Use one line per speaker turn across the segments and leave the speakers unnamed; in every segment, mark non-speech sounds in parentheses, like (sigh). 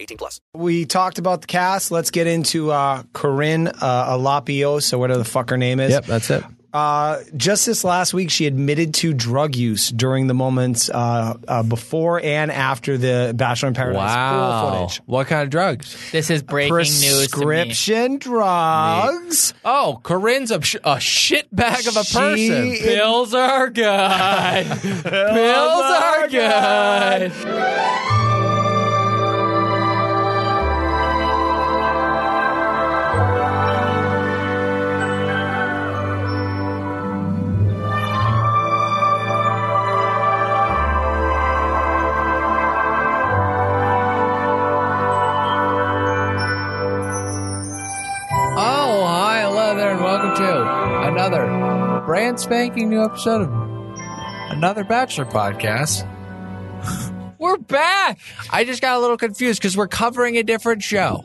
18 plus.
We talked about the cast. Let's get into uh, Corinne uh, Alapios, or whatever the fuck her name is.
Yep, that's it.
Uh, just this last week, she admitted to drug use during the moments uh, uh, before and after the Bachelor in Paradise pool
Wow.
footage.
What kind of drugs?
This is breaking news to me.
Prescription drugs.
Oh, Corinne's a, sh- a shit bag of a
She
person.
is-
Bills are
(laughs)
good. Bills are good.
Oh, hi, hello there, and welcome to another brand spanking new episode of another Bachelor podcast. (laughs) we're back. I just got a little confused because we're covering a different show.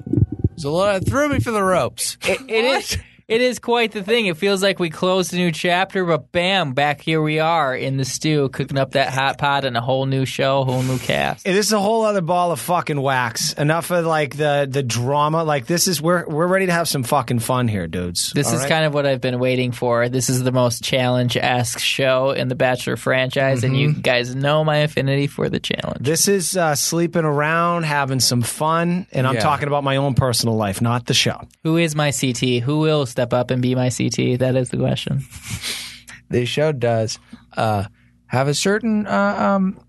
So little, it threw me for the ropes.
It, it is. It is quite the thing. It feels like we closed a new chapter, but bam, back here we are in the stew, cooking up that hot pot and a whole new show, whole new cast.
Hey, This is a whole other ball of fucking wax. Enough of like the the drama. Like this is we're we're ready to have some fucking fun here, dudes.
This is kind of what I've been waiting for. This is the most challenge esque show in the Bachelor franchise, and
Mm-hmm.
you guys know my affinity for the challenge.
This is uh, sleeping around, having some fun, and I'm
Yeah.
talking about my own personal life, not the show.
Who is my CT? Who will step up and be my CT? That is the question.
This show does uh, have a certain uh, um,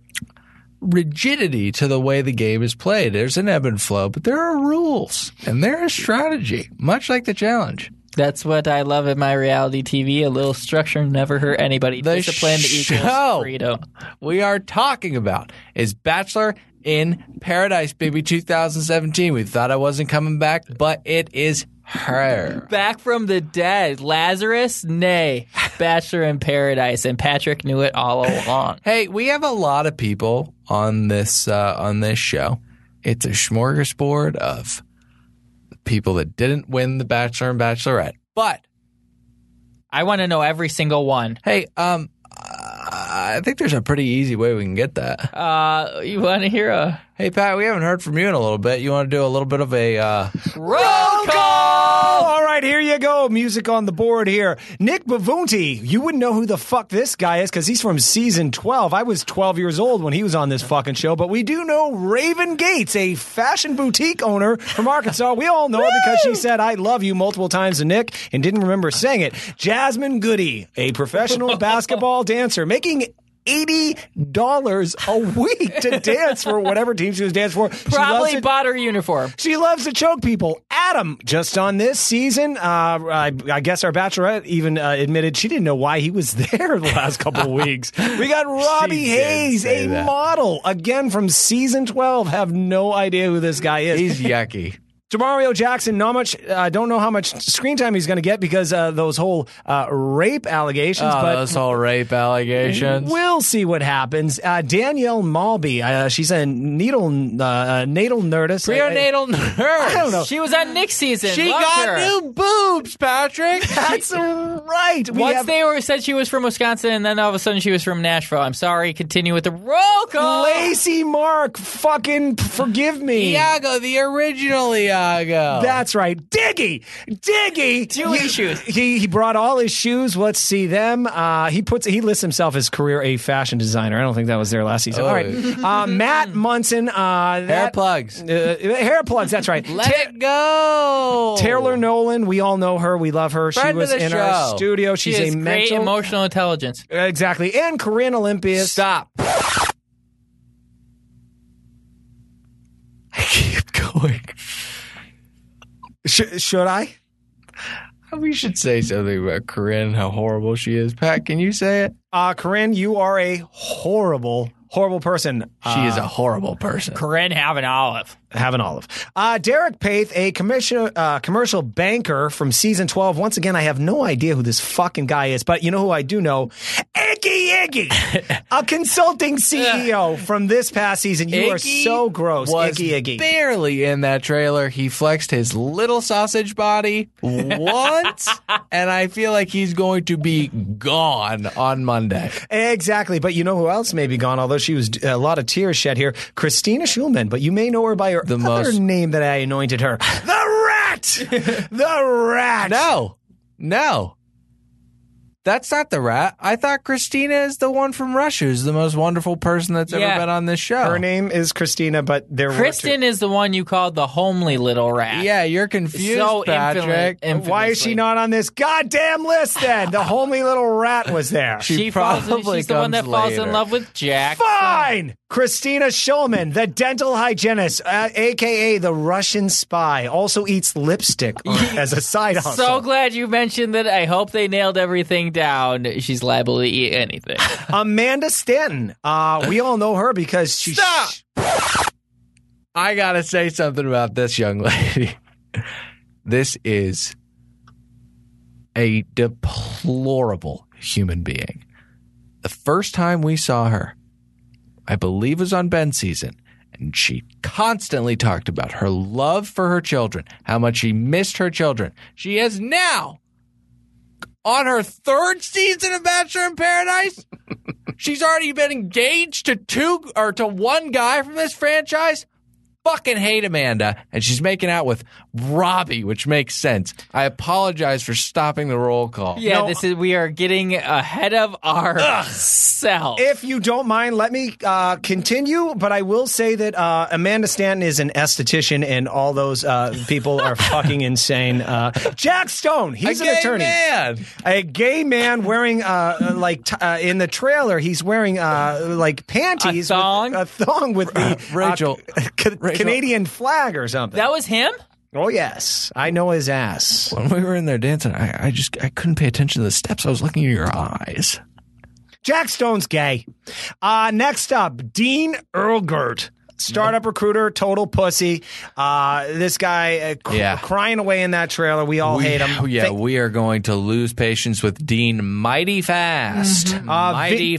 rigidity to the way the game is played. There's an ebb and flow, but there are rules and there is strategy, much like the challenge.
That's what I love in my reality TV. A little structure never hurt anybody.
The
Discipline
show.
equals freedom.
we are talking about is Bachelor in Paradise, baby, 2017. We thought I wasn't coming back, but it is her.
Back from the dead, Lazarus, nay, Bachelor in Paradise, and Patrick knew it all along.
Hey, we have a lot of people on this uh, on this show. It's a smorgasbord of people that didn't win the Bachelor and Bachelorette. But
I want to know every single one.
hey, um, I think there's a pretty easy way we can get that.
Uh, you want to hear a
Hey, Pat, we haven't heard from you in a little bit. You want to do a little bit of a uh,
roll call?
Oh, All right, here you go. Music on the board here. Nick Bavunti. You wouldn't know who the fuck this guy is because he's from season 12. I was 12 years old when he was on this fucking show, but we do know Raven Gates, a fashion boutique owner from Arkansas. We all know her because she said, I love you multiple times to Nick and didn't remember saying it. Jasmine Goody, a professional basketball dancer, making $80 a week to dance for whatever team she was dancing for. She loves
Probably
it-
bought her uniform.
she loves to choke people. Adam, just on this season, uh, I, I guess our bachelorette even uh, admitted she didn't know why he was (laughs) there the last couple of weeks. We got Robbie
did
Hayes,
say
a
that.
model, again from season 12. Have no idea who this guy is.
he's yucky.
Demario Jackson, not much. I don't know how much screen time he's going to get because uh, those whole uh, rape allegations.
Oh,
but
those whole rape allegations.
We'll see what happens. Uh, Danielle Malby, uh, she's a needle, uh, uh, natal nerdist. I- I-
Prenatal nurse. I
don't know.
She was on Nick's season.
She
Loved
got
her.
new boobs, Patrick. (laughs)
That's right. We
Once
have-
they were said she was from Wisconsin, and then all of a sudden she was from Nashville. I'm sorry. Continue with the roll call.
Lacey Mark, fucking forgive me.
Iago, the original Iago.
That's right. Diggy! Diggy!
Two issues.
He, he brought all his shoes. Let's see them. Uh, he puts he lists himself as career A fashion designer. I don't think that was there last season.
Oh.
All right.
(laughs)
Uh, Matt Munson. Uh, that,
hair plugs.
Uh, hair plugs. That's right.
(laughs) Let it go.
Taylor Nolan. We all know her. We love her. she
Friend of
was
the
in our
show.
studio.
She
She's
has
a
great
mental.
emotional intelligence.
exactly. And Corinne Olympias.
Stop. I keep (laughs) going. public.
Sh- should I?
We should say something about Corinne, how horrible she is. Pat, can you say it?
Uh, Corinne, you are a horrible, horrible person.
She is a horrible person.
Corinne have an olive.
Have an olive. Uh, Derek Paith, a commission, uh, commercial banker from season 12. Once again, I have no idea who this fucking guy is, but you know who I do know? Iggy
(laughs)
Iggy, a consulting CEO from this past season. You are
Iggy
so gross.
was
Iggy Iggy.
barely in that trailer. He flexed his little sausage body
(laughs)
once, and I feel like he's going to be gone on Monday.
Exactly. But you know who else may be gone, although she was a lot of tears shed here? Christina Schulman, but you may know her by her
The
other
most-
name that I anointed
(laughs)
her. The Rat! the Rat!
No, no. That's not the rat. I thought Christina is the one from Russia, who's the most wonderful person that's
Yeah.
ever been on this show.
Her name is Christina, but there
Oh. Kristen is the one you called the homely little rat.
Yeah, you're confused,
so
Patrick.
infinite.
were two. Why is she not on this goddamn list then? The homely little rat was there.
She,
She
falls. in-
probably
She's the one that
comes
falls
later.
in love with Jack.
Fine! Christina Schulman, the dental hygienist, uh, aka the Russian spy, also eats lipstick on- as a side hustle.
So glad you mentioned that. I hope they nailed everything down. She's liable to eat
(laughs)
anything.
Amanda Stanton. Uh, we all know her because she.
Stop! I gotta say something about this young lady. this is a deplorable human being. The first time we saw her, I believe was on Ben's season, and she constantly talked about her love for her children, how much she missed her children. She is now on her third season of Bachelor in Paradise. (laughs) She's already been engaged to two or to one guy from this franchise. Fucking hate Amanda, and she's making out with Robbie, which makes sense. I apologize for stopping the roll call.
Yeah,
No.
this is. We are getting ahead of ourselves.
If you don't mind, let me uh, continue. But I will say that uh, Amanda Stanton is an esthetician, and all those uh, people
(laughs)
are fucking insane. Uh, Jack Stone, he's
a
an
gay
attorney.
man.
A gay man wearing, uh, like, t- uh, in the trailer, he's wearing, uh, like, panties. with-
thong?
a thong with the uh,
(laughs) Rachel.
ca-
Rachel.
Canadian flag or something.
that was him.
oh, yes. I know his ass.
When we were in there dancing, I, I just I couldn't pay attention to the steps. I was looking at your eyes.
Jack Stone's gay. Uh, next up, Dean Erlgert. Startup recruiter, total pussy. Uh, this guy uh, cr-
Yeah.
crying away in that trailer. We all hate him.
(laughs) Yeah,
Th-
we are going to lose patience with Dean mighty fast.
Uh,
mighty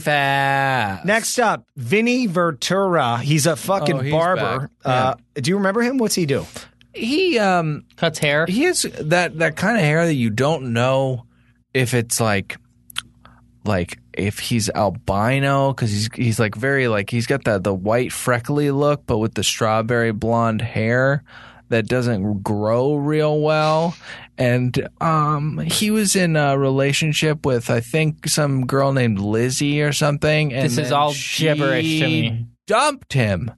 Vi-
fast.
Next up, Vinny Vertura. He's a fucking
Oh, he's
barber.
back.
Uh, do you remember him? What's he do?
he um
Cuts hair.
he has that that kind of hair that you don't know if it's like like if he's albino because he's he's like very like he's got that the white freckly look but with the strawberry blonde hair that doesn't grow real well and um he was in a relationship with i think some girl named lizzie or something and
This is
then
all
she
gibberish to me.
dumped him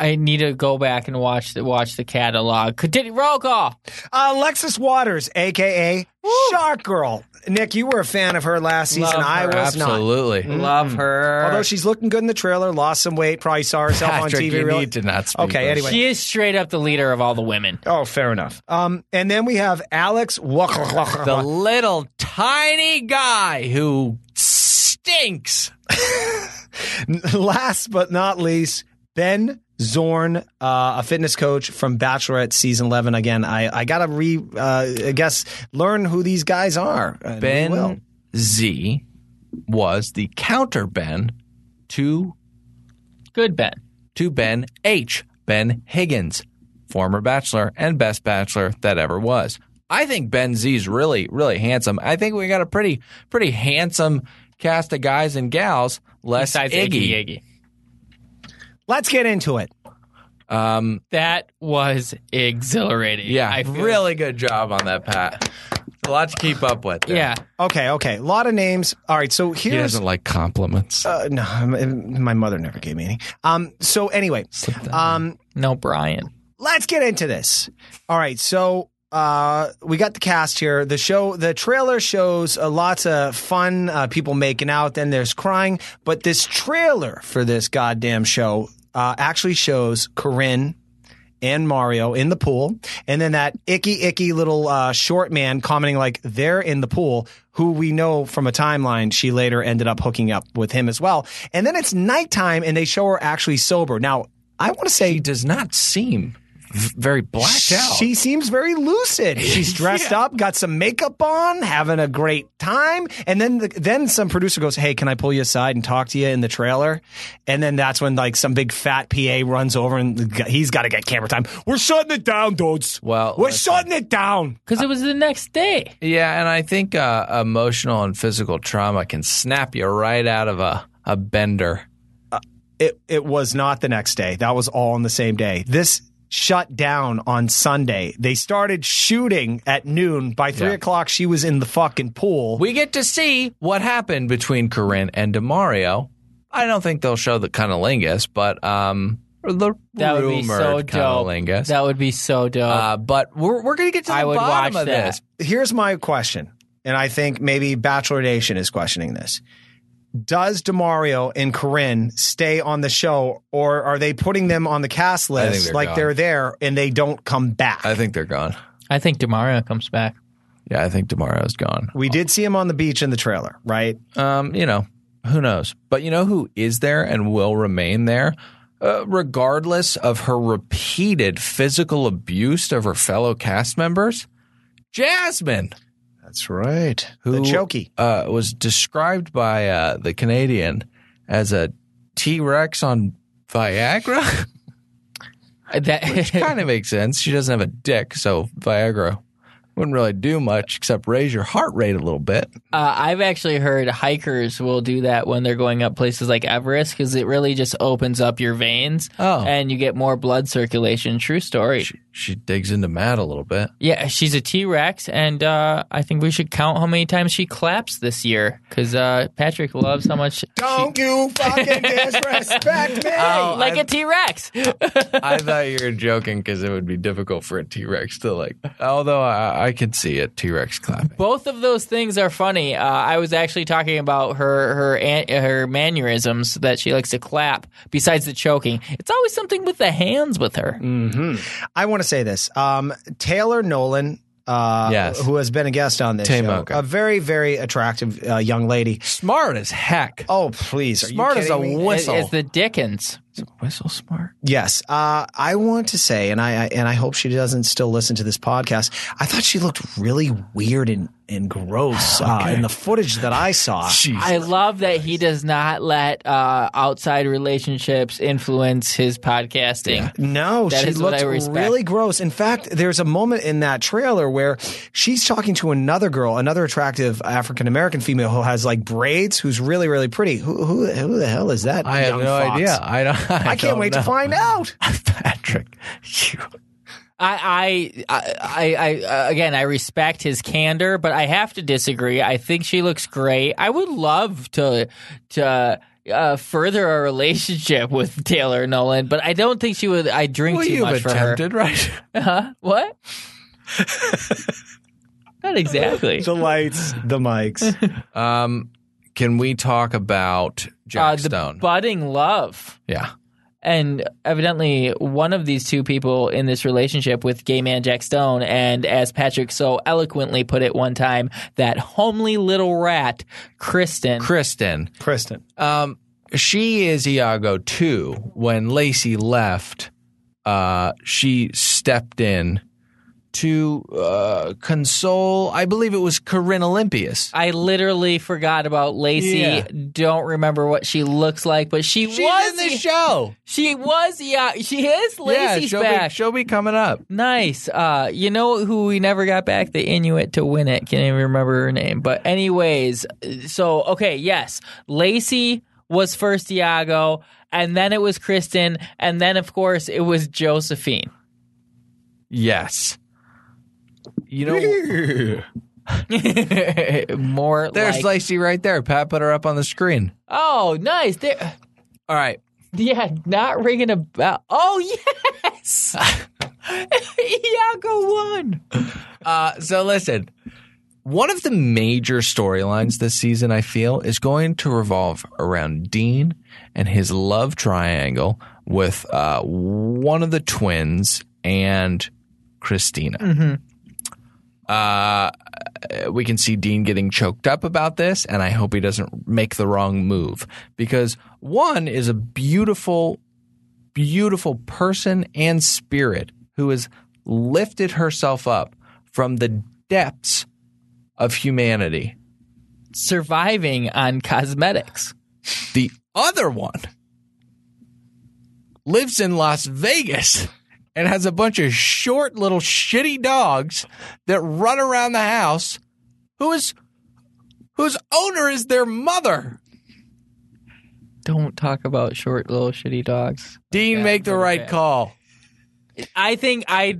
I need to go back and watch the watch the catalog. Continue roll call.
Uh, Alexis Waters, aka Shark Girl. Nick, you were a fan of her last season.
Love
I
her.
was not.
absolutely
Love her.
Although she's looking good in the trailer, lost some weight, probably saw
(laughs)
herself on
Patrick,
TV.
you
really.
need to not speak
Okay,
this.
anyway.
she is straight up the leader of all the women.
Oh, fair enough. Um, and then we have Alex Walker.
the little tiny guy who stinks.
(laughs) Last but not least, Ben Zorn, uh, a fitness coach from Bachelorette season eleven. Again, I, I gotta re uh, I guess learn who these guys are. Uh, And we will.
Ben Z was the counter Ben to
Good Ben.
to Ben H, Ben Higgins, former bachelor and best bachelor that ever was. I think Ben Z's really really handsome. I think we got a pretty pretty handsome cast of guys and gals. Less
Besides
Iggy.
Iggy Iggy.
Let's get into it.
That was exhilarating.
Um, Yeah,
I feel-
really good job on that, Pat. A lot to keep up with. there.
Yeah.
Okay, okay, a lot of names. All right, so
He
here's
doesn't like compliments.
uh, no, (laughs) my- my mother never gave me any. Um, so anyway, um,
No Brian.
let's get into this. All right, so uh, we got the cast here. The show, the trailer shows uh, lots of fun uh, people making out. Then there's crying, but this trailer for this goddamn show uh, actually shows Corinne and Mario in the pool, and then that icky icky little uh, short man commenting like they're in the pool. Who we know from a timeline, she later ended up hooking up with him as well. And then it's nighttime, and they show her actually sober. Now I want to say
He does not seem v- very blacked out.
she seems very lucid. (laughs) She's dressed up, got some makeup on, having a great time. And then the, then some producer goes, "Hey, can I pull you aside and talk to you in the trailer?" And then that's when like some big fat PA runs over and the guy- he's got to get camera time. We're shutting it down, dudes.
Well,
we're
listen.
shutting it down.
Because it was the next day.
yeah, and I think uh, emotional and physical trauma can snap you right out of a, a bender.
It it was not the next day. That was all on the same day. This shut down on Sunday. They started shooting at noon. By three
Yeah.
o'clock, she was in the fucking pool.
We get to see what happened between Corinne and Demario. I don't think they'll show the cunnilingus, but um, the
That would be
rumored
so dope.
cunnilingus.
That would be so dope.
uh, but we're we're gonna get to the
I would
bottom
watch
of
that.
this.
here's my question, and I think maybe Bachelor Nation is questioning this. Does Demario and Corinne stay on the show, or are they putting them on the cast
think
list
they're
like
gone.
they're there and they don't come back?
I think they're gone.
I think Demario comes back.
Yeah, I think Demario's gone.
we did see him on the beach in the trailer, right?
Um, you know, who knows? But you know who is there and will remain there, uh, regardless of her repeated physical abuse of her fellow cast members? Jasmine,
That's right.
who
the Chokey.
uh, was described by uh, the Canadian as a T Rex on Viagra. (laughs)
Uh, That
kind of makes sense. She doesn't have a dick, so Viagra wouldn't really do much except raise your heart rate a little bit.
(laughs) uh, I've actually heard hikers will do that when they're going up places like Everest because it really just opens up your veins
Oh.
and you get more blood circulation. True story.
She, she digs into Matt a little bit.
Yeah, she's a T Rex, and uh, I think we should count how many times she claps this year because uh, Patrick loves how much.
Don't you fucking disrespect me!
Oh,
(laughs) like a T Rex.
I thought you were joking because it would be difficult for a T Rex to like. Although I, I could see a T Rex clapping.
Both of those things are funny. Uh, I was actually talking about her her an- her mannerisms that she likes to clap. Besides the choking, it's always something with the hands with her.
(laughs)
Mm.
I want to say this. Um, Taylor Nolan, uh,
Yes.
who has been a guest on this
Tay
show,
Moka.
a very, very attractive uh, young lady.
Smart as heck.
Oh, please. Are you
Smart as
kidding
a
me?
It-
whistle.
it's the Dickens.
whistle smart.
Yes, uh, I want to say, and I, I and I hope she doesn't still listen to this podcast. I thought she looked really weird and and gross uh, in the footage that I
(laughs)
saw.
I love that he does not let uh, outside relationships influence his podcasting.
No,
That
she
is what
looked
I respect.
really gross. In fact, there's a moment in that trailer where she's talking to another girl, another attractive African American female who has like braids, who's really really pretty. Who who, who the hell is that?
I have
young
no
fox?
idea. I don't. I,
I can't
don't
wait
know.
to find out.
Patrick. You,
I, I, I, I, I- again, I respect his candor, but I have to disagree. I think she looks great. I would love to, to uh, further a (laughs) relationship with Taylor Nolan, but I don't think she would. I drink
well,
too
you've
much for her. (laughs)
attempted, right?
Huh?
(laughs)
What? Not exactly.
The lights, the (laughs) mics.
Um, can we talk about Jack
Uh, the
Stone?
budding love.
yeah.
And evidently, one of these two people in this relationship with gay man Jack Stone, and as Patrick so eloquently put it one time, that homely little rat, Kristen.
Kristen.
Kristen.
Um, she is Iago too. When Lacey left, uh, she stepped in to uh, console. I believe it was Corinne Olympias.
I literally forgot about Lacey.
Yeah.
Don't remember what she looks like, but she
She's
was
in the show.
She was yeah. She is
yeah,
Lacey's
she'll
back.
be she'll be coming up.
Nice. Uh, you know who we never got back? The Inuit to win it. Can't even remember her name. But anyways, so okay, yes, Lacey was first Iago, and then it was Kristen, and then of course it was Josephine. (laughs)
Yes. You
(laughs)
know,
More
there's
like,
Lacey right there. Pat put her up on the screen.
oh, nice. There,
All right.
yeah, not ringing a bell. Oh yes, Iago won.
Uh, so listen, One of the major storylines this season, I feel, is going to revolve around Dean and his love triangle with uh, one of the twins and Christina. Uh, we can see Dean getting choked up about this, and I hope he doesn't make the wrong move because one is a beautiful beautiful person and spirit who has lifted herself up from the depths of humanity.
surviving on cosmetics.
The other one lives in Las Vegas and has a bunch of short little shitty dogs that run around the house who is whose owner is their mother.
Don't talk about short little shitty dogs.
Dean make the right call.
I think I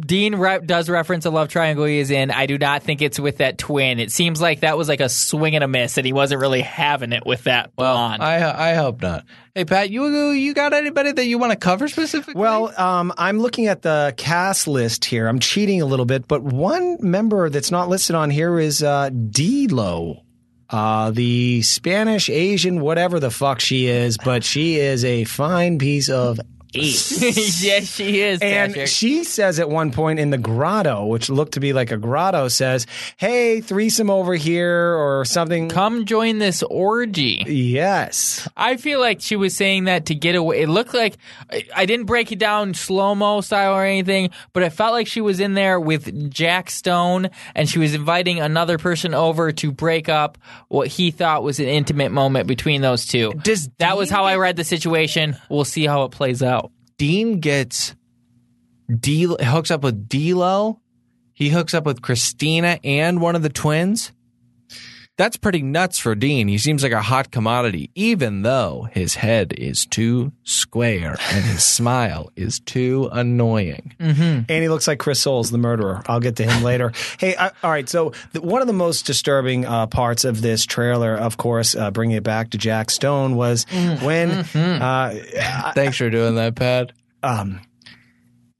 Dean re- does reference a love triangle he is in. I do not think it's with that twin. It seems like that was like a swing and a miss, and he wasn't really having it with that blonde.
I I hope not. Hey Pat, you you got anybody that you want to cover specifically?
Well, um, I'm looking at the cast list here. I'm cheating a little bit, but one member that's not listed on here is uh, D-Lo. Uh, the Spanish, Asian, whatever the fuck she is, but she is a fine piece of (laughs)
(laughs) yes, she is.
And
Patrick.
she says at one point in the grotto, which looked to be like a grotto, says, Hey, threesome over here or something.
Come join this orgy.
Yes.
I feel like she was saying that to get away. It looked like I- I didn't break it down slow mo style or anything, but I felt like she was in there with Jack Stone and she was inviting another person over to break up what he thought was an intimate moment between those two.
Does
that was
Dean
how I read the situation. We'll see how it plays out.
Dean gets D hooks up with D'Lo. He hooks up with Christina and one of the twins. That's pretty nuts for Dean. He seems like a hot commodity, even though his head is too square and his (laughs) smile is too annoying.
And he looks like Chris Soules, the murderer. I'll get to him
(laughs)
later. Hey, I, all right. So the, one of the most disturbing uh, parts of this trailer, of course, uh, bringing it back to Jack Stone, was
Mm-hmm.
when uh, um,
Thanks for doing that, Pat.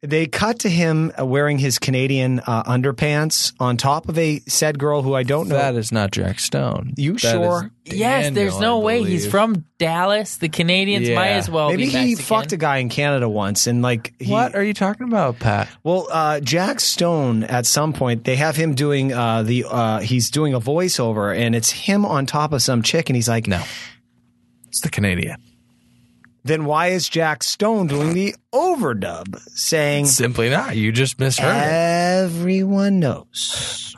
they cut to him uh, wearing his Canadian uh, underpants on top of a said girl who I don't know.
That is not Jack Stone.
You
That is
sure?
yes, there's
Daniel,
no
I
way he's
believe.
from Dallas. The Canadians
Yeah.
might as well
Maybe
be
he
Mexican.
fucked a guy in Canada once and like he,
What are you talking about, Pat?
Well, uh, Jack Stone at some point they have him doing uh, the uh, he's doing a voiceover and it's him on top of some chick and he's like,
No. It's the Canadian.
then why is Jack Stone doing the overdub saying
Simply not. You just misheard. it.
everyone knows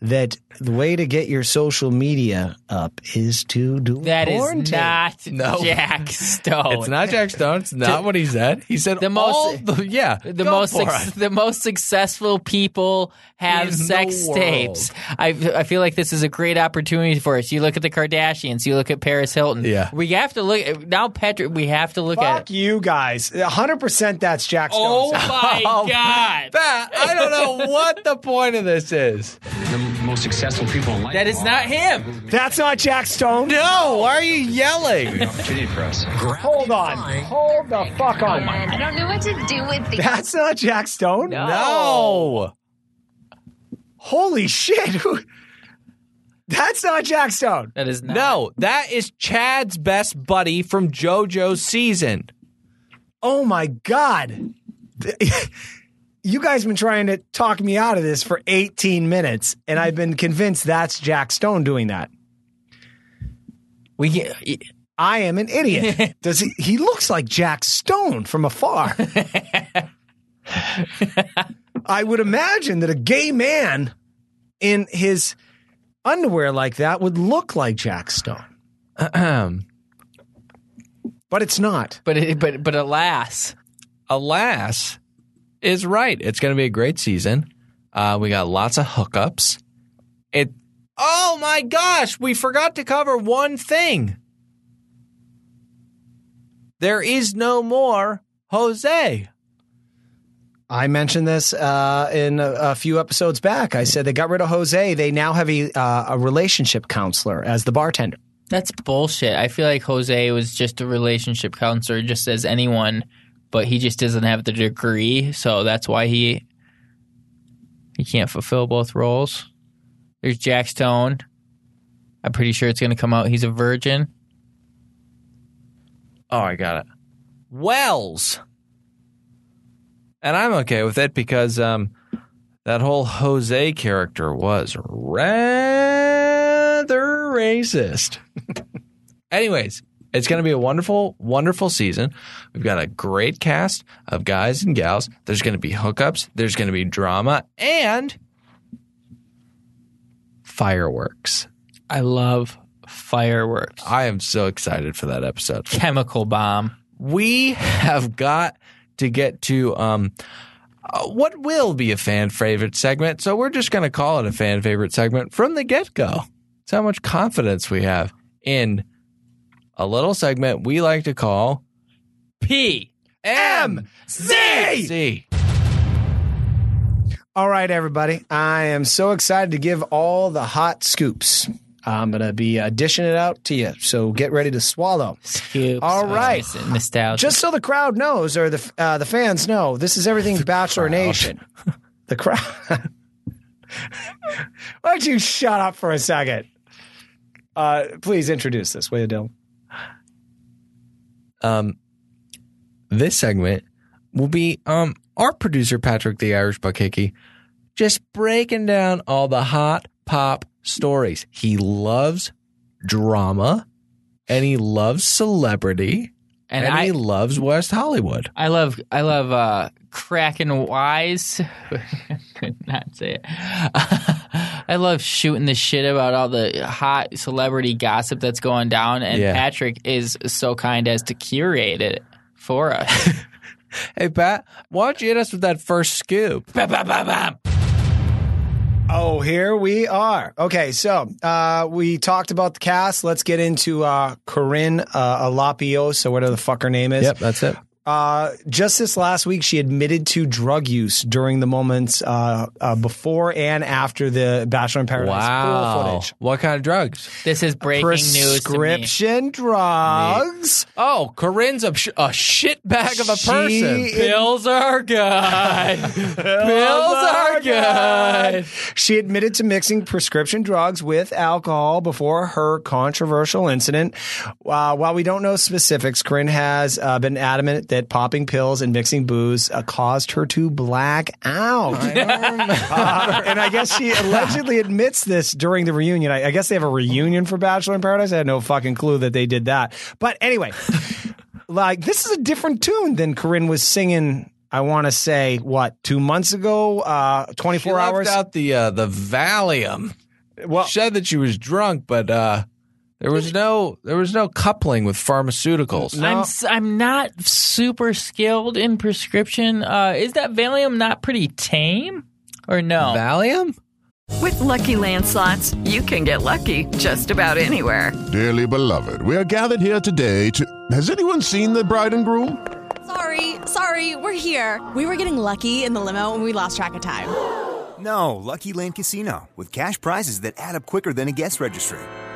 that the way to get your social media up is to do
That is
porn tape."
not
(laughs) No.
Jack Stone.
It's not Jack Stone. It's not what he said. He said
The
the
most-
most. the, yeah,
the most suc- the most successful people have
In the
sex
world.
tapes. I I feel like this is a great opportunity for us. You look at the Kardashians, you look at Paris Hilton.
Yeah.
we have to look now, Patrick. We have to look at.
Fuck
It.
you guys. 100% that's Jack Stone.
Oh my
(laughs) Oh,
god,
That I don't know what the point of this is.
the most successful people in life.
that is not him.
That's not Jack Stone.
No, why are you yelling?
opportunity for us.
Hold on. Hold the fuck
Oh
on.
I don't know what to do with the
That's not Jack Stone.
No,
Holy shit. Who- That's not Jack Stone.
That is not.
no, that is Chad's best buddy from JoJo's season. (clears throat)
Oh my God. You guys been trying to talk me out of this for 18 minutes, and I've been convinced that's Jack Stone doing that.
we can-
I am an idiot. Does he? He looks like Jack Stone from afar. I would imagine that a gay man in his underwear like that would look like Jack Stone,
Ahem.
but it's not.
but it, but but alas,
Alas, is right. It's going to be a great season. Uh, we got lots of hookups. It. Oh my gosh, we forgot to cover one thing. There is no more Jose.
I mentioned this uh, in a, a few episodes back. I said they got rid of Jose. They now have a, uh, a relationship counselor as the bartender.
that's bullshit. I feel like Jose was just a relationship counselor, just as anyone, but he just doesn't have the degree, so that's why he he can't fulfill both roles. There's Jack Stone. I'm pretty sure it's going to come out. He's a virgin.
Oh, I got it. Wells. And I'm okay with it because um, that whole Jose character was rather racist. (laughs) Anyways, it's going to be a wonderful, wonderful season. We've got a great cast of guys and gals. There's going to be hookups, there's going to be drama, and fireworks.
I love fireworks.
I am so excited for that episode.
Chemical bomb.
we have got to get to um, uh, what will be a fan favorite segment. So we're just going to call it a fan favorite segment from the get go. It's how much confidence we have in a little segment we like to call
P.
MZ.
All right, everybody. I am so excited to give all the hot scoops. I'm going to be uh, dishing it out to you. So get ready to swallow.
Scoops.
All
Oh, I
right.
miss it. Nostalgia.
Just so the crowd knows or the uh, the fans know, this is everything Bachelor Nation. (laughs) The crowd. (laughs) Why don't you shut up for a second? Uh, please introduce this, will you, Dylan?
Um, this segment will be um, our producer, Patrick the Irish Buckhickey, just breaking down all the hot pop stories. He loves drama and he loves celebrity and,
and I,
he loves West Hollywood.
I love I love uh cracking wise. (laughs) Could not say it. (laughs) I love shooting the shit about all the hot celebrity gossip that's going down, and
Yeah.
Patrick is so kind as to curate it for us.
Hey, Pat, why don't you hit us with that first scoop?
Oh, here we are. Okay, so uh, we talked about the cast. Let's get into uh, Corinne uh, Alapio, so whatever the fuck her name is.
that's it.
Uh, just this last week, she admitted to drug use during the moments uh, uh, before and after the Bachelor in Paradise pool
Wow.
footage.
What kind of drugs?
this is breaking news to me.
Prescription drugs.
Oh, Corinne's a, sh- a shit bag of a
She
person.
is-
Bills are good. Bills are good.
She admitted to mixing prescription drugs with alcohol before her controversial incident. Uh, while we don't know specifics, Corinne has uh, been adamant that popping pills and mixing booze uh, caused her to black out. (laughs) Uh, and I guess she allegedly admits this during the reunion. I, I guess they have a reunion for Bachelor in Paradise. I had no fucking clue that they did that. But
(laughs)
anyway, like this is a different tune than Corinne was singing. I want to say what two months ago, uh, twenty
She
four
left
hours. Oh.
out the uh, the Valium.
well,
She said that she was drunk, but uh, there was no there was no coupling with pharmaceuticals.
I'm s- I'm not super skilled in prescription. Uh, is that Valium not pretty tame, or no?
Valium?
With Lucky Land slots, you can get lucky just about anywhere.
Dearly beloved, we are gathered here today to. Has anyone seen the bride and groom?
(laughs) Sorry, sorry, we're here. We were getting lucky in the limo and we lost track of time.
No, Lucky Land Casino, with cash prizes that add up quicker than a guest registry.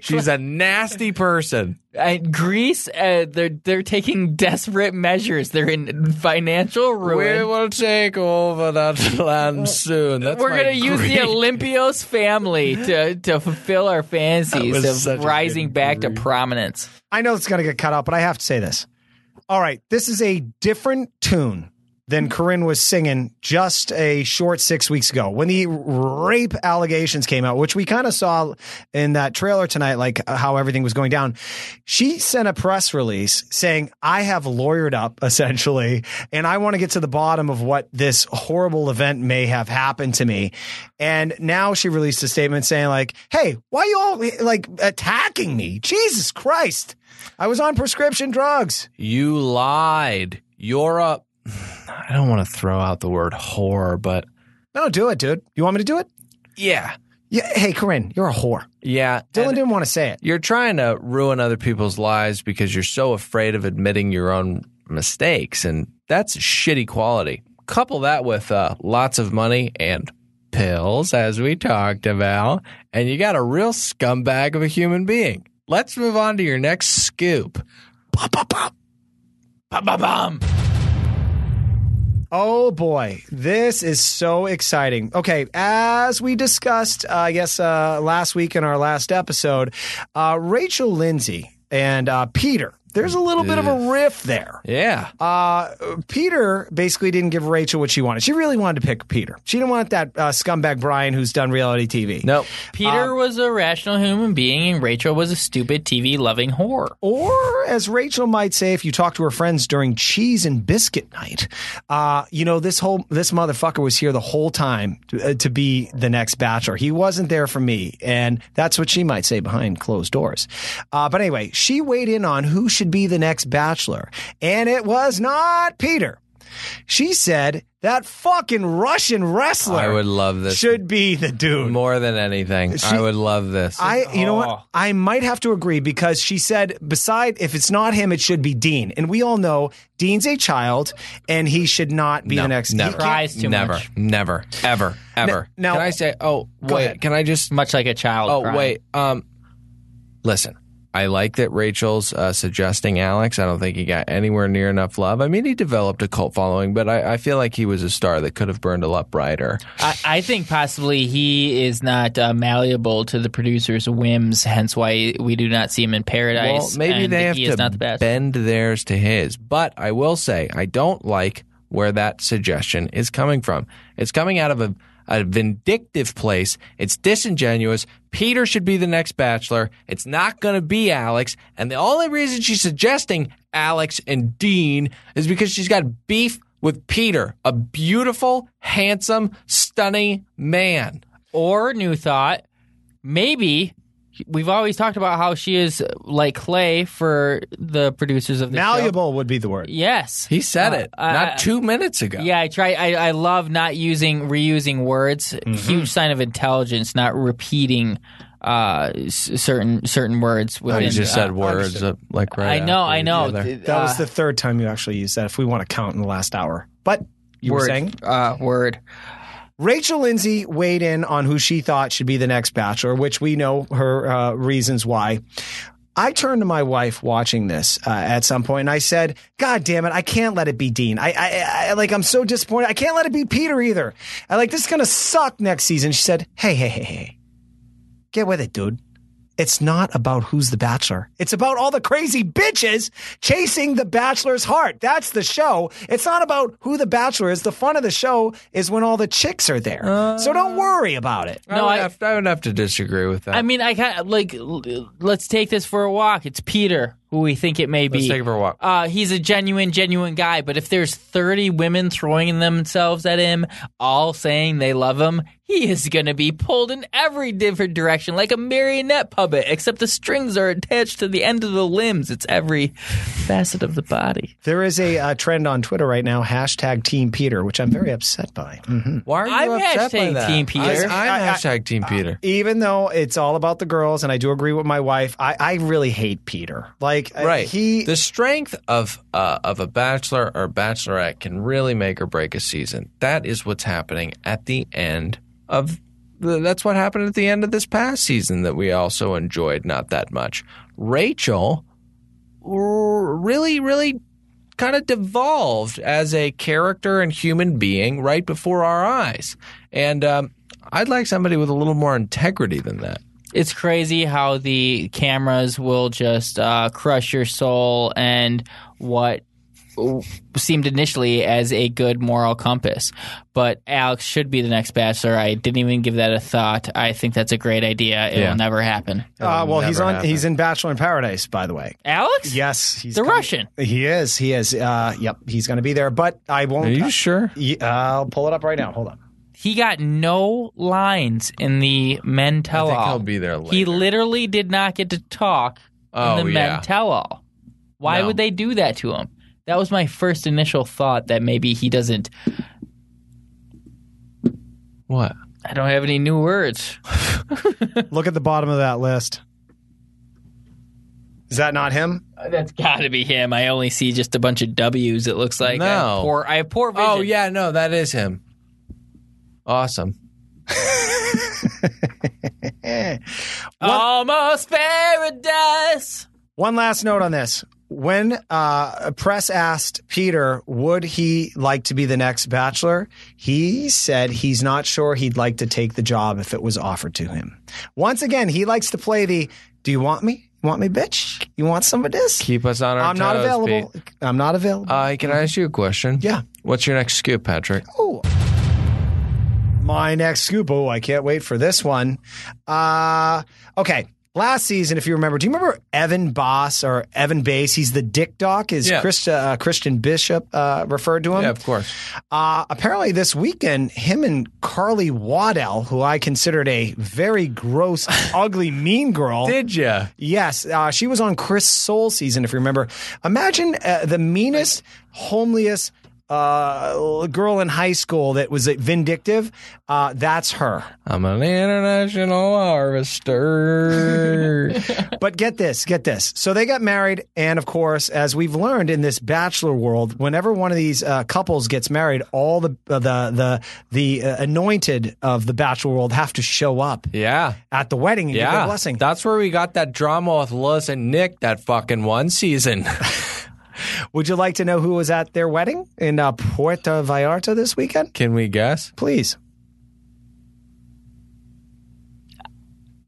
She's a nasty person.
and Greece, uh, they're they're taking desperate measures. They're in financial
We
ruin.
will take over that (laughs) land soon. That's
We're
my
gonna use the
great-
Olympios family to, to fulfill our
That was
fantasies
such a
of
good
rising back to prominence.
I know it's going to get cut out, but I have to say this. All right, this is a different tune than Corinne was singing just a short six weeks ago when the rape allegations came out, which we kind of saw in that trailer tonight, like uh, how everything was going down. She sent a press release saying, I have lawyered up (laughs) essentially, and I want to get to the bottom of what this horrible event may have happened to me. And now she released a statement saying, like, hey, why you all like attacking me? Jesus Christ. I was on prescription drugs.
You lied. You're a. (sighs) I don't want to throw out the word whore, but
No, do it, dude. You want me to do it?
yeah,
Yeah. Hey, Corinne, you're a whore.
yeah.
Dylan
and
didn't want to say it.
You're trying to ruin other people's lives because you're so afraid of admitting your own mistakes, and that's a shitty quality. Couple that with uh, lots of money and pills, as we talked about, and you got a real scumbag of a human being. Let's move on to your next scoop. Pop, pop, pop. Pop, pop, pop.
Oh boy, this is so exciting. Okay, as we discussed, uh, I guess uh, last week in our last episode, uh, Rachel Lindsay and uh, Peter. There's a little bit of a riff there.
Yeah.
Uh, Peter basically didn't give Rachel what she wanted. She really wanted to pick Peter. She didn't want that uh, scumbag Brian who's done reality TV.
Nope.
Peter
Um,
was a rational human being, and Rachel was a stupid TV loving whore.
Or, as Rachel might say, if you talk to her friends during cheese and biscuit night, uh, you know this whole this motherfucker was here the whole time to, uh, to be the next bachelor. He wasn't there for me, and that's what she might say behind closed doors. Uh, but anyway, she weighed in on who should be the next bachelor, and it was not Peter. She said that fucking Russian wrestler
I would love this
should be the dude.
more than anything.
She-
I would love this.
I, you know
Oh.
what? I might have to agree because she said, beside, if it's not him, it should be Dean. And we all know Dean's a child and he should not be
No,
the next. he
never.
can't-
Cries too
never,
much.
never, ever, ever.
now-
can I say? Oh,
Go
wait.
ahead.
Can I just?
Much like a child.
Oh,
crying.
wait. Um, listen. I like that Rachel's uh, suggesting Alex. I don't think he got anywhere near enough love. I mean, he developed a cult following, but I, I feel like he was a star that could have burned a lot brighter.
I, I think possibly he is not uh, malleable to the producer's whims, hence why we do not see him in
Well,
paradise.
maybe
and
they have
he is
to
not the best.
bend theirs to his. But I will say, I don't like where that suggestion is coming from. It's coming out of a, a vindictive place. It's disingenuous. Peter should be the next bachelor. It's not going to be Alex. And the only reason she's suggesting Alex and Dean is because she's got beef with Peter, a beautiful, handsome, stunning man.
Or new thought, maybe we've always talked about how she is like clay for the producers of the
Malleable would be the word.
Show. Yes,
He said
Uh,
it
I-
not two minutes ago.
Yeah, I try. I, I love not using reusing words.
Mm-hmm.
Huge sign of intelligence, not repeating uh, s- certain certain words.
Oh,
Within,
he just said
uh,
words uh, like
I
right.
know,
after
I
each
know.
other.
Th-
That
uh,
was the third time you actually used that, if we want to count in the last hour. But you were
word,
saying?
uh, word.
Rachel Lindsay weighed in on who she thought should be the next bachelor, which we know her uh, reasons why. I turned to my wife watching this uh, at some point, and I said, "God damn it, I can't let it be Dean. I, I, I like, I'm so disappointed. I can't let it be Peter either. I like this is gonna suck next season." She said, "Hey, hey, hey, hey, get with it, dude. It's not about who's the bachelor. It's about all the crazy bitches chasing the bachelor's heart. That's the show. It's not about who the bachelor is. The fun of the show is when all the chicks are there. so don't worry about it.
I
No,
would,
I-
have, I would have to disagree with that.
I mean, I kind of like. l- Let's take this for a walk. It's Peter, who we think it may be.
Let's take it for a walk.
Uh, he's a genuine, genuine guy. But if there's 30 women throwing themselves at him, all saying they love him, he is going to be pulled in every different direction, like a marionette puppet. Except the strings are attached to the end of the limbs. It's every facet of the body.
There is a uh, trend on Twitter right now, hashtag Team Peter, which I'm very upset by. Mhm.
why are you
I'm
upset by
hashtag
that?
Team Peter.
I,
I-
am
I-
hashtag Team Peter.
Even though it's all about the girls, and I do agree with my wife, I, I really hate Peter. Like, uh,
right.
he.
the strength of uh, of a bachelor or bachelorette can really make or break a season. That is what's happening at the end of. The, that's what happened at the end of this past season that we also enjoyed not that much. Rachel r- really, really kind of devolved as a character and human being right before our eyes. And um, I'd like somebody with a little more integrity than that.
It's crazy how the cameras will just uh, crush your soul and what seemed initially as a good moral compass. But Alex should be the next bachelor. I didn't even give that a thought. I think that's a great idea. It
Yeah.
will never happen.
Uh, well, he's on. He's in Bachelor in Paradise, by the way.
Alex?
Yes, he's
the
coming-
Russian.
He is. He is. Uh, yep, he's going to be there. But I won't.
Are you
sure? I'll pull it up right now. Hold on.
He got no lines in the men tell all. he'll be there He literally did not get to talk
Oh,
in the
yeah.
men tell all. Why
No.
would they do that to him? That was my first initial thought that maybe he doesn't.
What?
I don't have any new words. (laughs)
Look at the bottom of that list. Is that not him?
That's got to be him. I only see just a bunch of W's. It looks like I have
No.
poor- I have poor vision.
Oh yeah, no, that is him. Awesome.
Almost paradise.
(laughs) One last note on this. When uh, press asked Peter, would he like to be the next bachelor? He said he's not sure he'd like to take the job if it was offered to him. Once again, he likes to play the do you want me? You want me, bitch? You want some of this?
Keep us on our
I'm not
toes,
available.
Pete.
I'm not available.
Uh, can I ask you a question?
Yeah.
What's your next scoop, Patrick?
My next scoop. Oh, I can't wait for this one. Uh, okay. Last season, if you remember, do you remember Evan Boss or Evan Bass? He's the dick doc, is
Yeah.
Christ, uh, Christian Bishop uh, referred to him?
Yeah, of course.
Uh, apparently, this weekend, him and Carly Waddell, who I considered a very gross, (laughs) ugly, mean girl.
Did ya?
Yes. Uh, she was on Chris Soul season, if you remember. Imagine uh, the meanest, homeliest uh, girl in high school that was vindictive. Uh, that's her.
I'm an international (laughs) harvester.
but get this, get this. So they got married, and of course, as we've learned in this bachelor world, whenever one of these uh, couples gets married, all the uh, the the the uh, anointed of the bachelor world have to show up
yeah.
at the wedding and give
Yeah.
their blessing.
That's where we got that drama with Liz and Nick that fucking one (laughs) season.
Would you like to know who was at their wedding in uh, Puerto Vallarta this weekend?
Can we guess?
Please.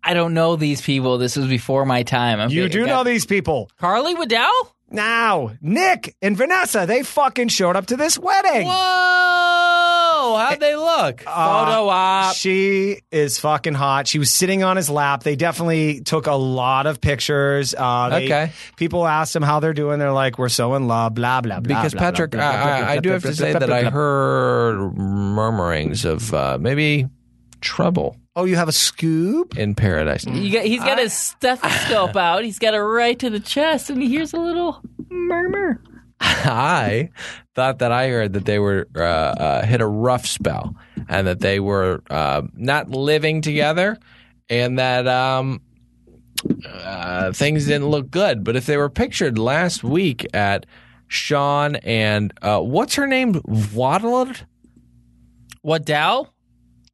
I don't know these people. This was before my time. I'm
You
getting-
do
got-
know these people.
Carly Waddell?
Now, Nick and Vanessa, they fucking showed up to this wedding. Uh,
Whoa! How'd they look?
Photo op.
She is fucking hot. She was sitting on his lap. They definitely took a lot of pictures. Uh, they-
Okay.
People asked him how they're doing. They're like, we're so in love, blah, blah, blah.
Because
blah, blah,
Patrick,
blah, blah, blah,
I,
blah,
I, I do
blah,
have
blah,
to say
blah,
that
blah,
I
blah.
heard murmurings of uh, maybe trouble
Oh, you have a scoop?
in paradise.
Mm.
You got, he's got his stethoscope out. He's got it right to the chest, and he hears a little murmur.
(laughs) I thought that I heard that they were uh, uh, hit a rough spell and that they were uh, not living together and that um, uh, things didn't look good. But if they were pictured last week at Sean and uh, what's her name? Waddled?
Waddell?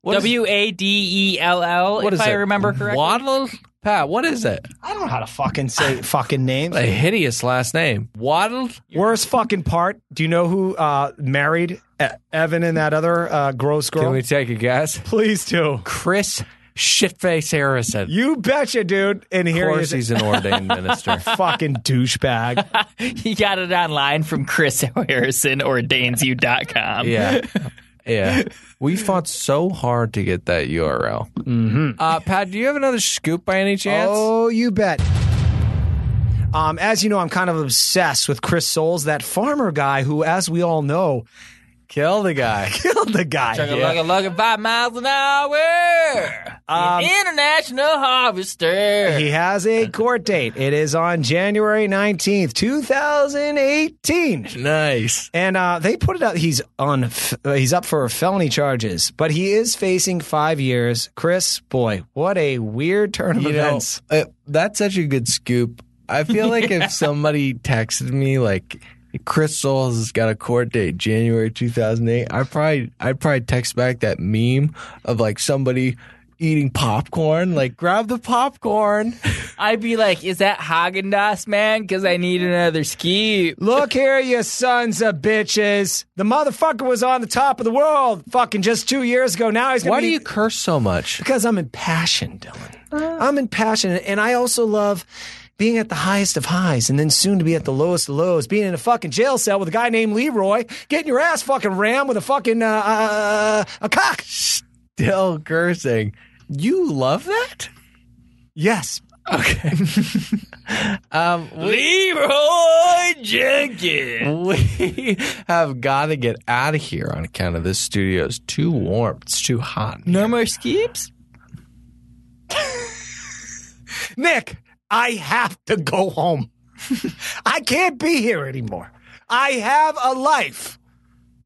What is-
W A D E L L,
What
if
is
I
it?
remember correctly.
Waddled? Pat, what is it?
I don't know how to fucking
(laughs)
say fucking names.
A hideous last name. Waddled?
Worst fucking part. Do you know who uh, married E- Evan and that other uh, gross girl?
Can we take a guess?
Please do.
Chris Shitface Harrison.
You betcha, dude. And
of
here he
course,
is.
he's an ordained (laughs) minister.
(laughs) fucking douchebag.
(laughs) He got it online from Chris (laughs) Harrison, ordainsy.com.
Yeah. Yeah. We fought so hard to get that URL.
Mm-hmm.
Uh, Pat, do you have another scoop by any chance?
Oh, you bet. Um, as you know, I'm kind of obsessed with Chris Souls, that farmer guy who, as we all know,
Kill the guy.
(laughs) killed the guy.
Chugga lugga lugga, five miles an hour.
Um,
International harvester.
He has a court date. It is on January 19th, 2018.
Nice.
And uh, they put it out. He's on. f- uh, He's up for felony charges, but he is facing five years. Chris, boy, what a weird turn of
You know,
events.
uh, that's such a good scoop. I
(laughs)
feel like if somebody texted me like Chris Souls has got a court date January 2008, I probably I'd probably text back that meme of like somebody eating popcorn, like grab the popcorn.
I'd be like, is that Haagen Dazs, man? Because I need another ski.
Look here, you sons of bitches. The motherfucker was on the top of the world fucking just two years ago. Now he's gonna
Why do
be-
you curse so much?
Because I'm impassioned, Dylan. I'm impassioned. And I also love being at the highest of highs and then soon to be at the lowest of lows, being in a fucking jail cell with a guy named Leroy, getting your ass fucking rammed with a fucking uh, uh, a cock.
Still cursing. You love that?
Yes.
Okay. um,
Leroy Jenkins.
we (laughs) have got to get out of here on account of this studio is too warm. It's too hot.
No more skips.
Nick, I have to go home. (laughs) I can't be here anymore. I have a life.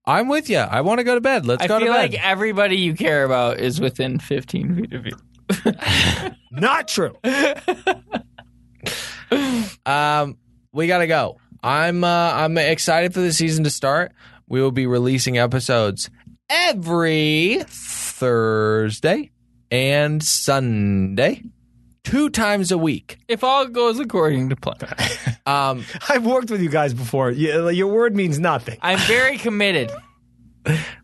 I'm with you. I want to go to bed. Let's
I
go
feel
to bed.
like everybody you care about is within 15 feet of you.
Not true. (laughs)
um, we gotta go. I'm uh, I'm excited for the season to start. We will be releasing episodes every Thursday and Sunday, two times a week.
If all goes according to (laughs) plan,
Um,
I've worked with you guys before. You, your word means nothing.
I'm very committed.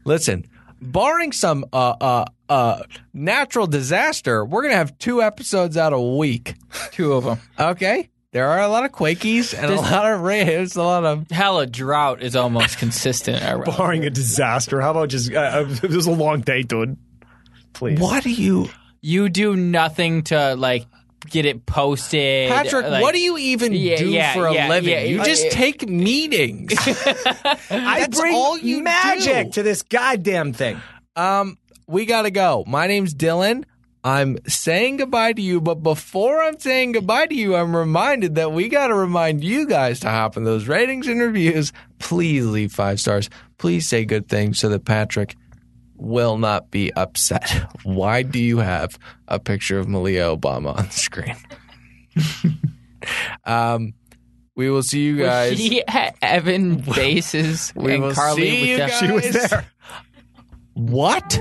listen, barring some uh, uh, uh, natural disaster, we're gonna have two episodes out a week.
(laughs) Two of them.
Okay, there are a lot of quakies and a lot of raves, a lot of
Hella drought is almost consistent around.
Barring a disaster, how about just, uh, uh, (laughs) it was a long day, dude. Please.
what do you?
You do nothing to like get it posted.
Patrick,
like- (laughs)
what do you even
Yeah,
do
yeah,
for a
yeah,
living?
yeah,
you
yeah.
just
I- (laughs)
take meetings.
I
That's
bring
all you
magic
do.
to this goddamn thing.
um, we gotta go. My name's Dylan. I'm saying goodbye to you, but before I'm saying goodbye to you, I'm reminded that we gotta remind you guys to hop in those ratings and reviews. Please leave five stars. Please say good things so that Patrick will not be upset. (laughs) Why do you have a picture of Malia Obama on the screen? (laughs) um, we will see you guys.
She had Evan Bases
(laughs) We
and
will
Carly
see
with
you
the-
guys. She was there. What?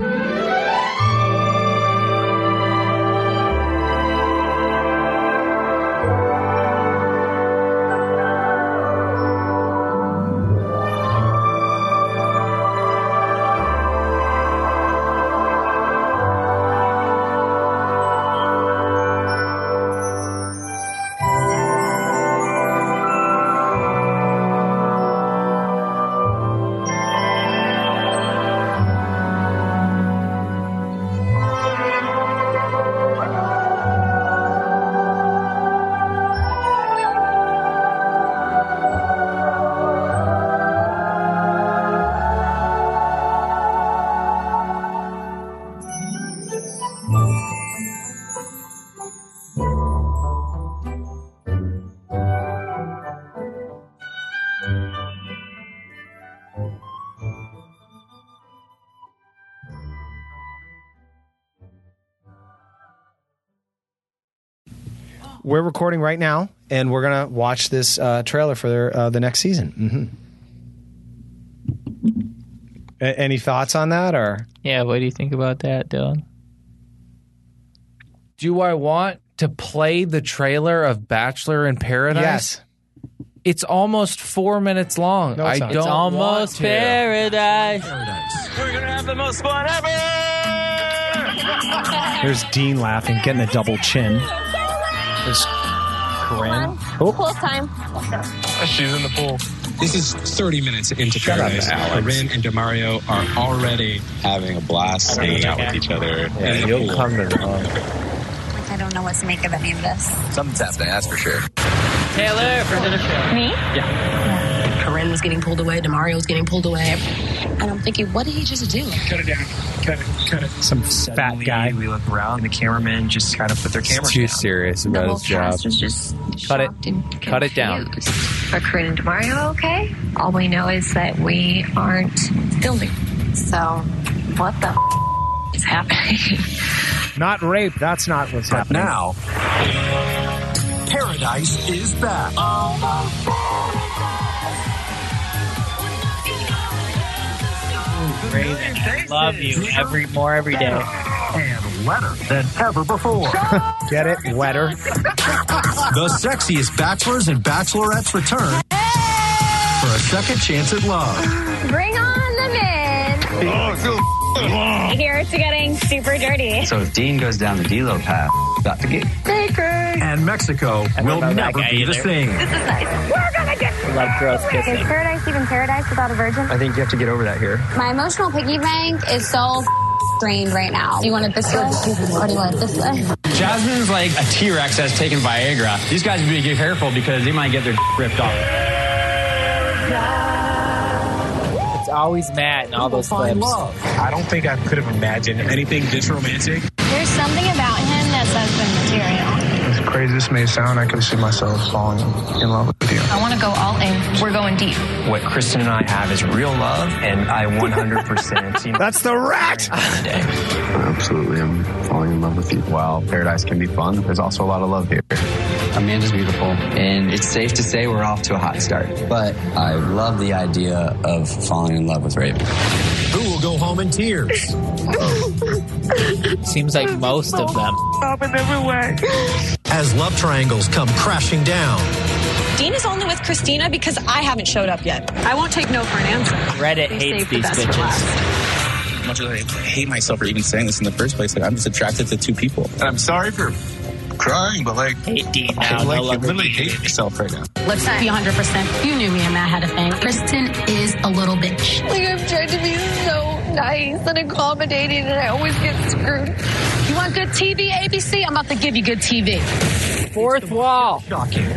We're recording right now, and we're gonna watch this uh, trailer for their, uh, the next season. Mm-hmm. A- any thoughts on that, or
Yeah, what do you think about that, Dylan?
Do I want to play the trailer of Bachelor in Paradise?
yes?
It's almost four minutes long.
No,
I
it's not.
don't
It's
want
Almost
to.
paradise.
There's Dean laughing, getting a double chin. There's Corinne. Oh,
time.
She's in the pool. This is 30 minutes into paradise. Corinne and Demario are already having a blast hanging out with each other. Yeah, you'll come to
I don't know what to make of any of this.
Something's happening, that's for sure.
Taylor, friend of the show.
Me?
Corinne was getting pulled away. Demario was getting pulled away. And I'm thinking, what did he just do?
Cut it down. Cut it. Cut it.
some fat guy.
We look around, and the cameramen just kind of put their cameras
Too
down.
serious
The
about
whole
his job.
cast was just
Cut it.
shocked and
Cut it down.
confused. Are Corinne and Demario okay? All we know is that we aren't filming. So what the f- is happening? (laughs)
Not rape. That's not what's happening.
Now, paradise is back.
Love you every more every day.
And wetter than ever before.
Get it? Wetter.
the sexiest bachelors and bachelorettes return for a second chance at love.
Bring on the men.
Oh,
Here it's getting super dirty.
So if Dean goes down the D-Lo path, got the gig.
Baker.
And Mexico will
love that
never
guy
be the
either.
same.
This is nice. We're gonna get
Like gross
Is paradise even paradise without a virgin?
I think you have to get over that here.
My emotional piggy bank is so drained right now. Do you want it this way? Or do you want it this way?
Jasmine's like a T-Rex that's taken Viagra. These guys would be careful because they might get their (laughs) ripped off.
It's always Matt in all those clips.
I don't think I could have imagined anything this romantic.
There's something about him that's husband material.
As crazy as may sound, I could see myself falling in love with you.
I want to go all in. We're going deep.
What Kristen and I have is real love, and I 100%.
(laughs) That's the rat!
Absolutely, I'm falling in love with you. While paradise can be fun, there's also a lot of love here. Amanda's beautiful, and it's safe to say we're off to a hot start. But I love the idea of falling in love with Raven.
Who will go home in tears?
Seems like most of them.
Up in every way. As love triangles come crashing down.
Dean is only with Christina because I haven't showed up yet. I won't take no for an answer.
Reddit
We
hates
saved the
these
best for last.
bitches.
As much as I hate myself for even saying this in the first place, like I'm just attracted to two people. And I'm sorry for crying, but like, hate Dean
now,
like,
no
you
love
literally hate yourself right now.
Let's be 100%. You knew me and Matt had a thing. Kristen is a little bitch.
Like I've tried to be so nice and accommodating, and I always get screwed.
You want good TV, ABC? I'm about to give you good TV.
Fourth wall.
Shocking.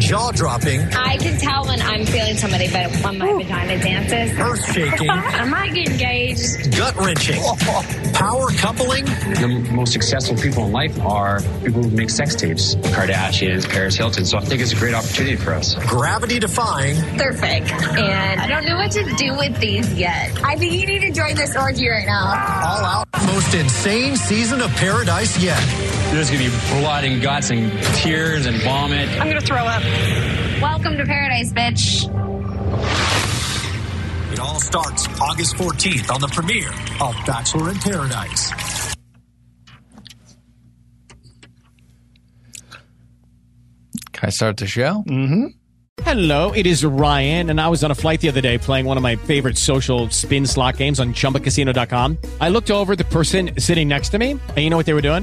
Jaw dropping.
I can tell when I'm feeling somebody, but when my vagina dances,
Earth shaking. (laughs)
I might get engaged.
(laughs)
Gut wrenching. Power coupling.
The most successful people in life are people who make sex tapes Kardashians, Paris Hilton. So I think it's a great opportunity for us.
Gravity defying.
They're fake, and I don't know what to do with these yet. I think you need to join this orgy right now.
All out. Most insane season of paradise yet.
There's going to be blood and guts and tears and vomit.
I'm going to throw up.
Welcome to paradise, bitch.
It all starts August 14th on the premiere of Bachelor in Paradise.
Can I start the show?
Mm-hmm. Hello, it is Ryan, and I was on a flight the other day playing one of my favorite social spin slot games on ChumbaCasino.com. I looked over at the person sitting next to me, and you know what they were doing?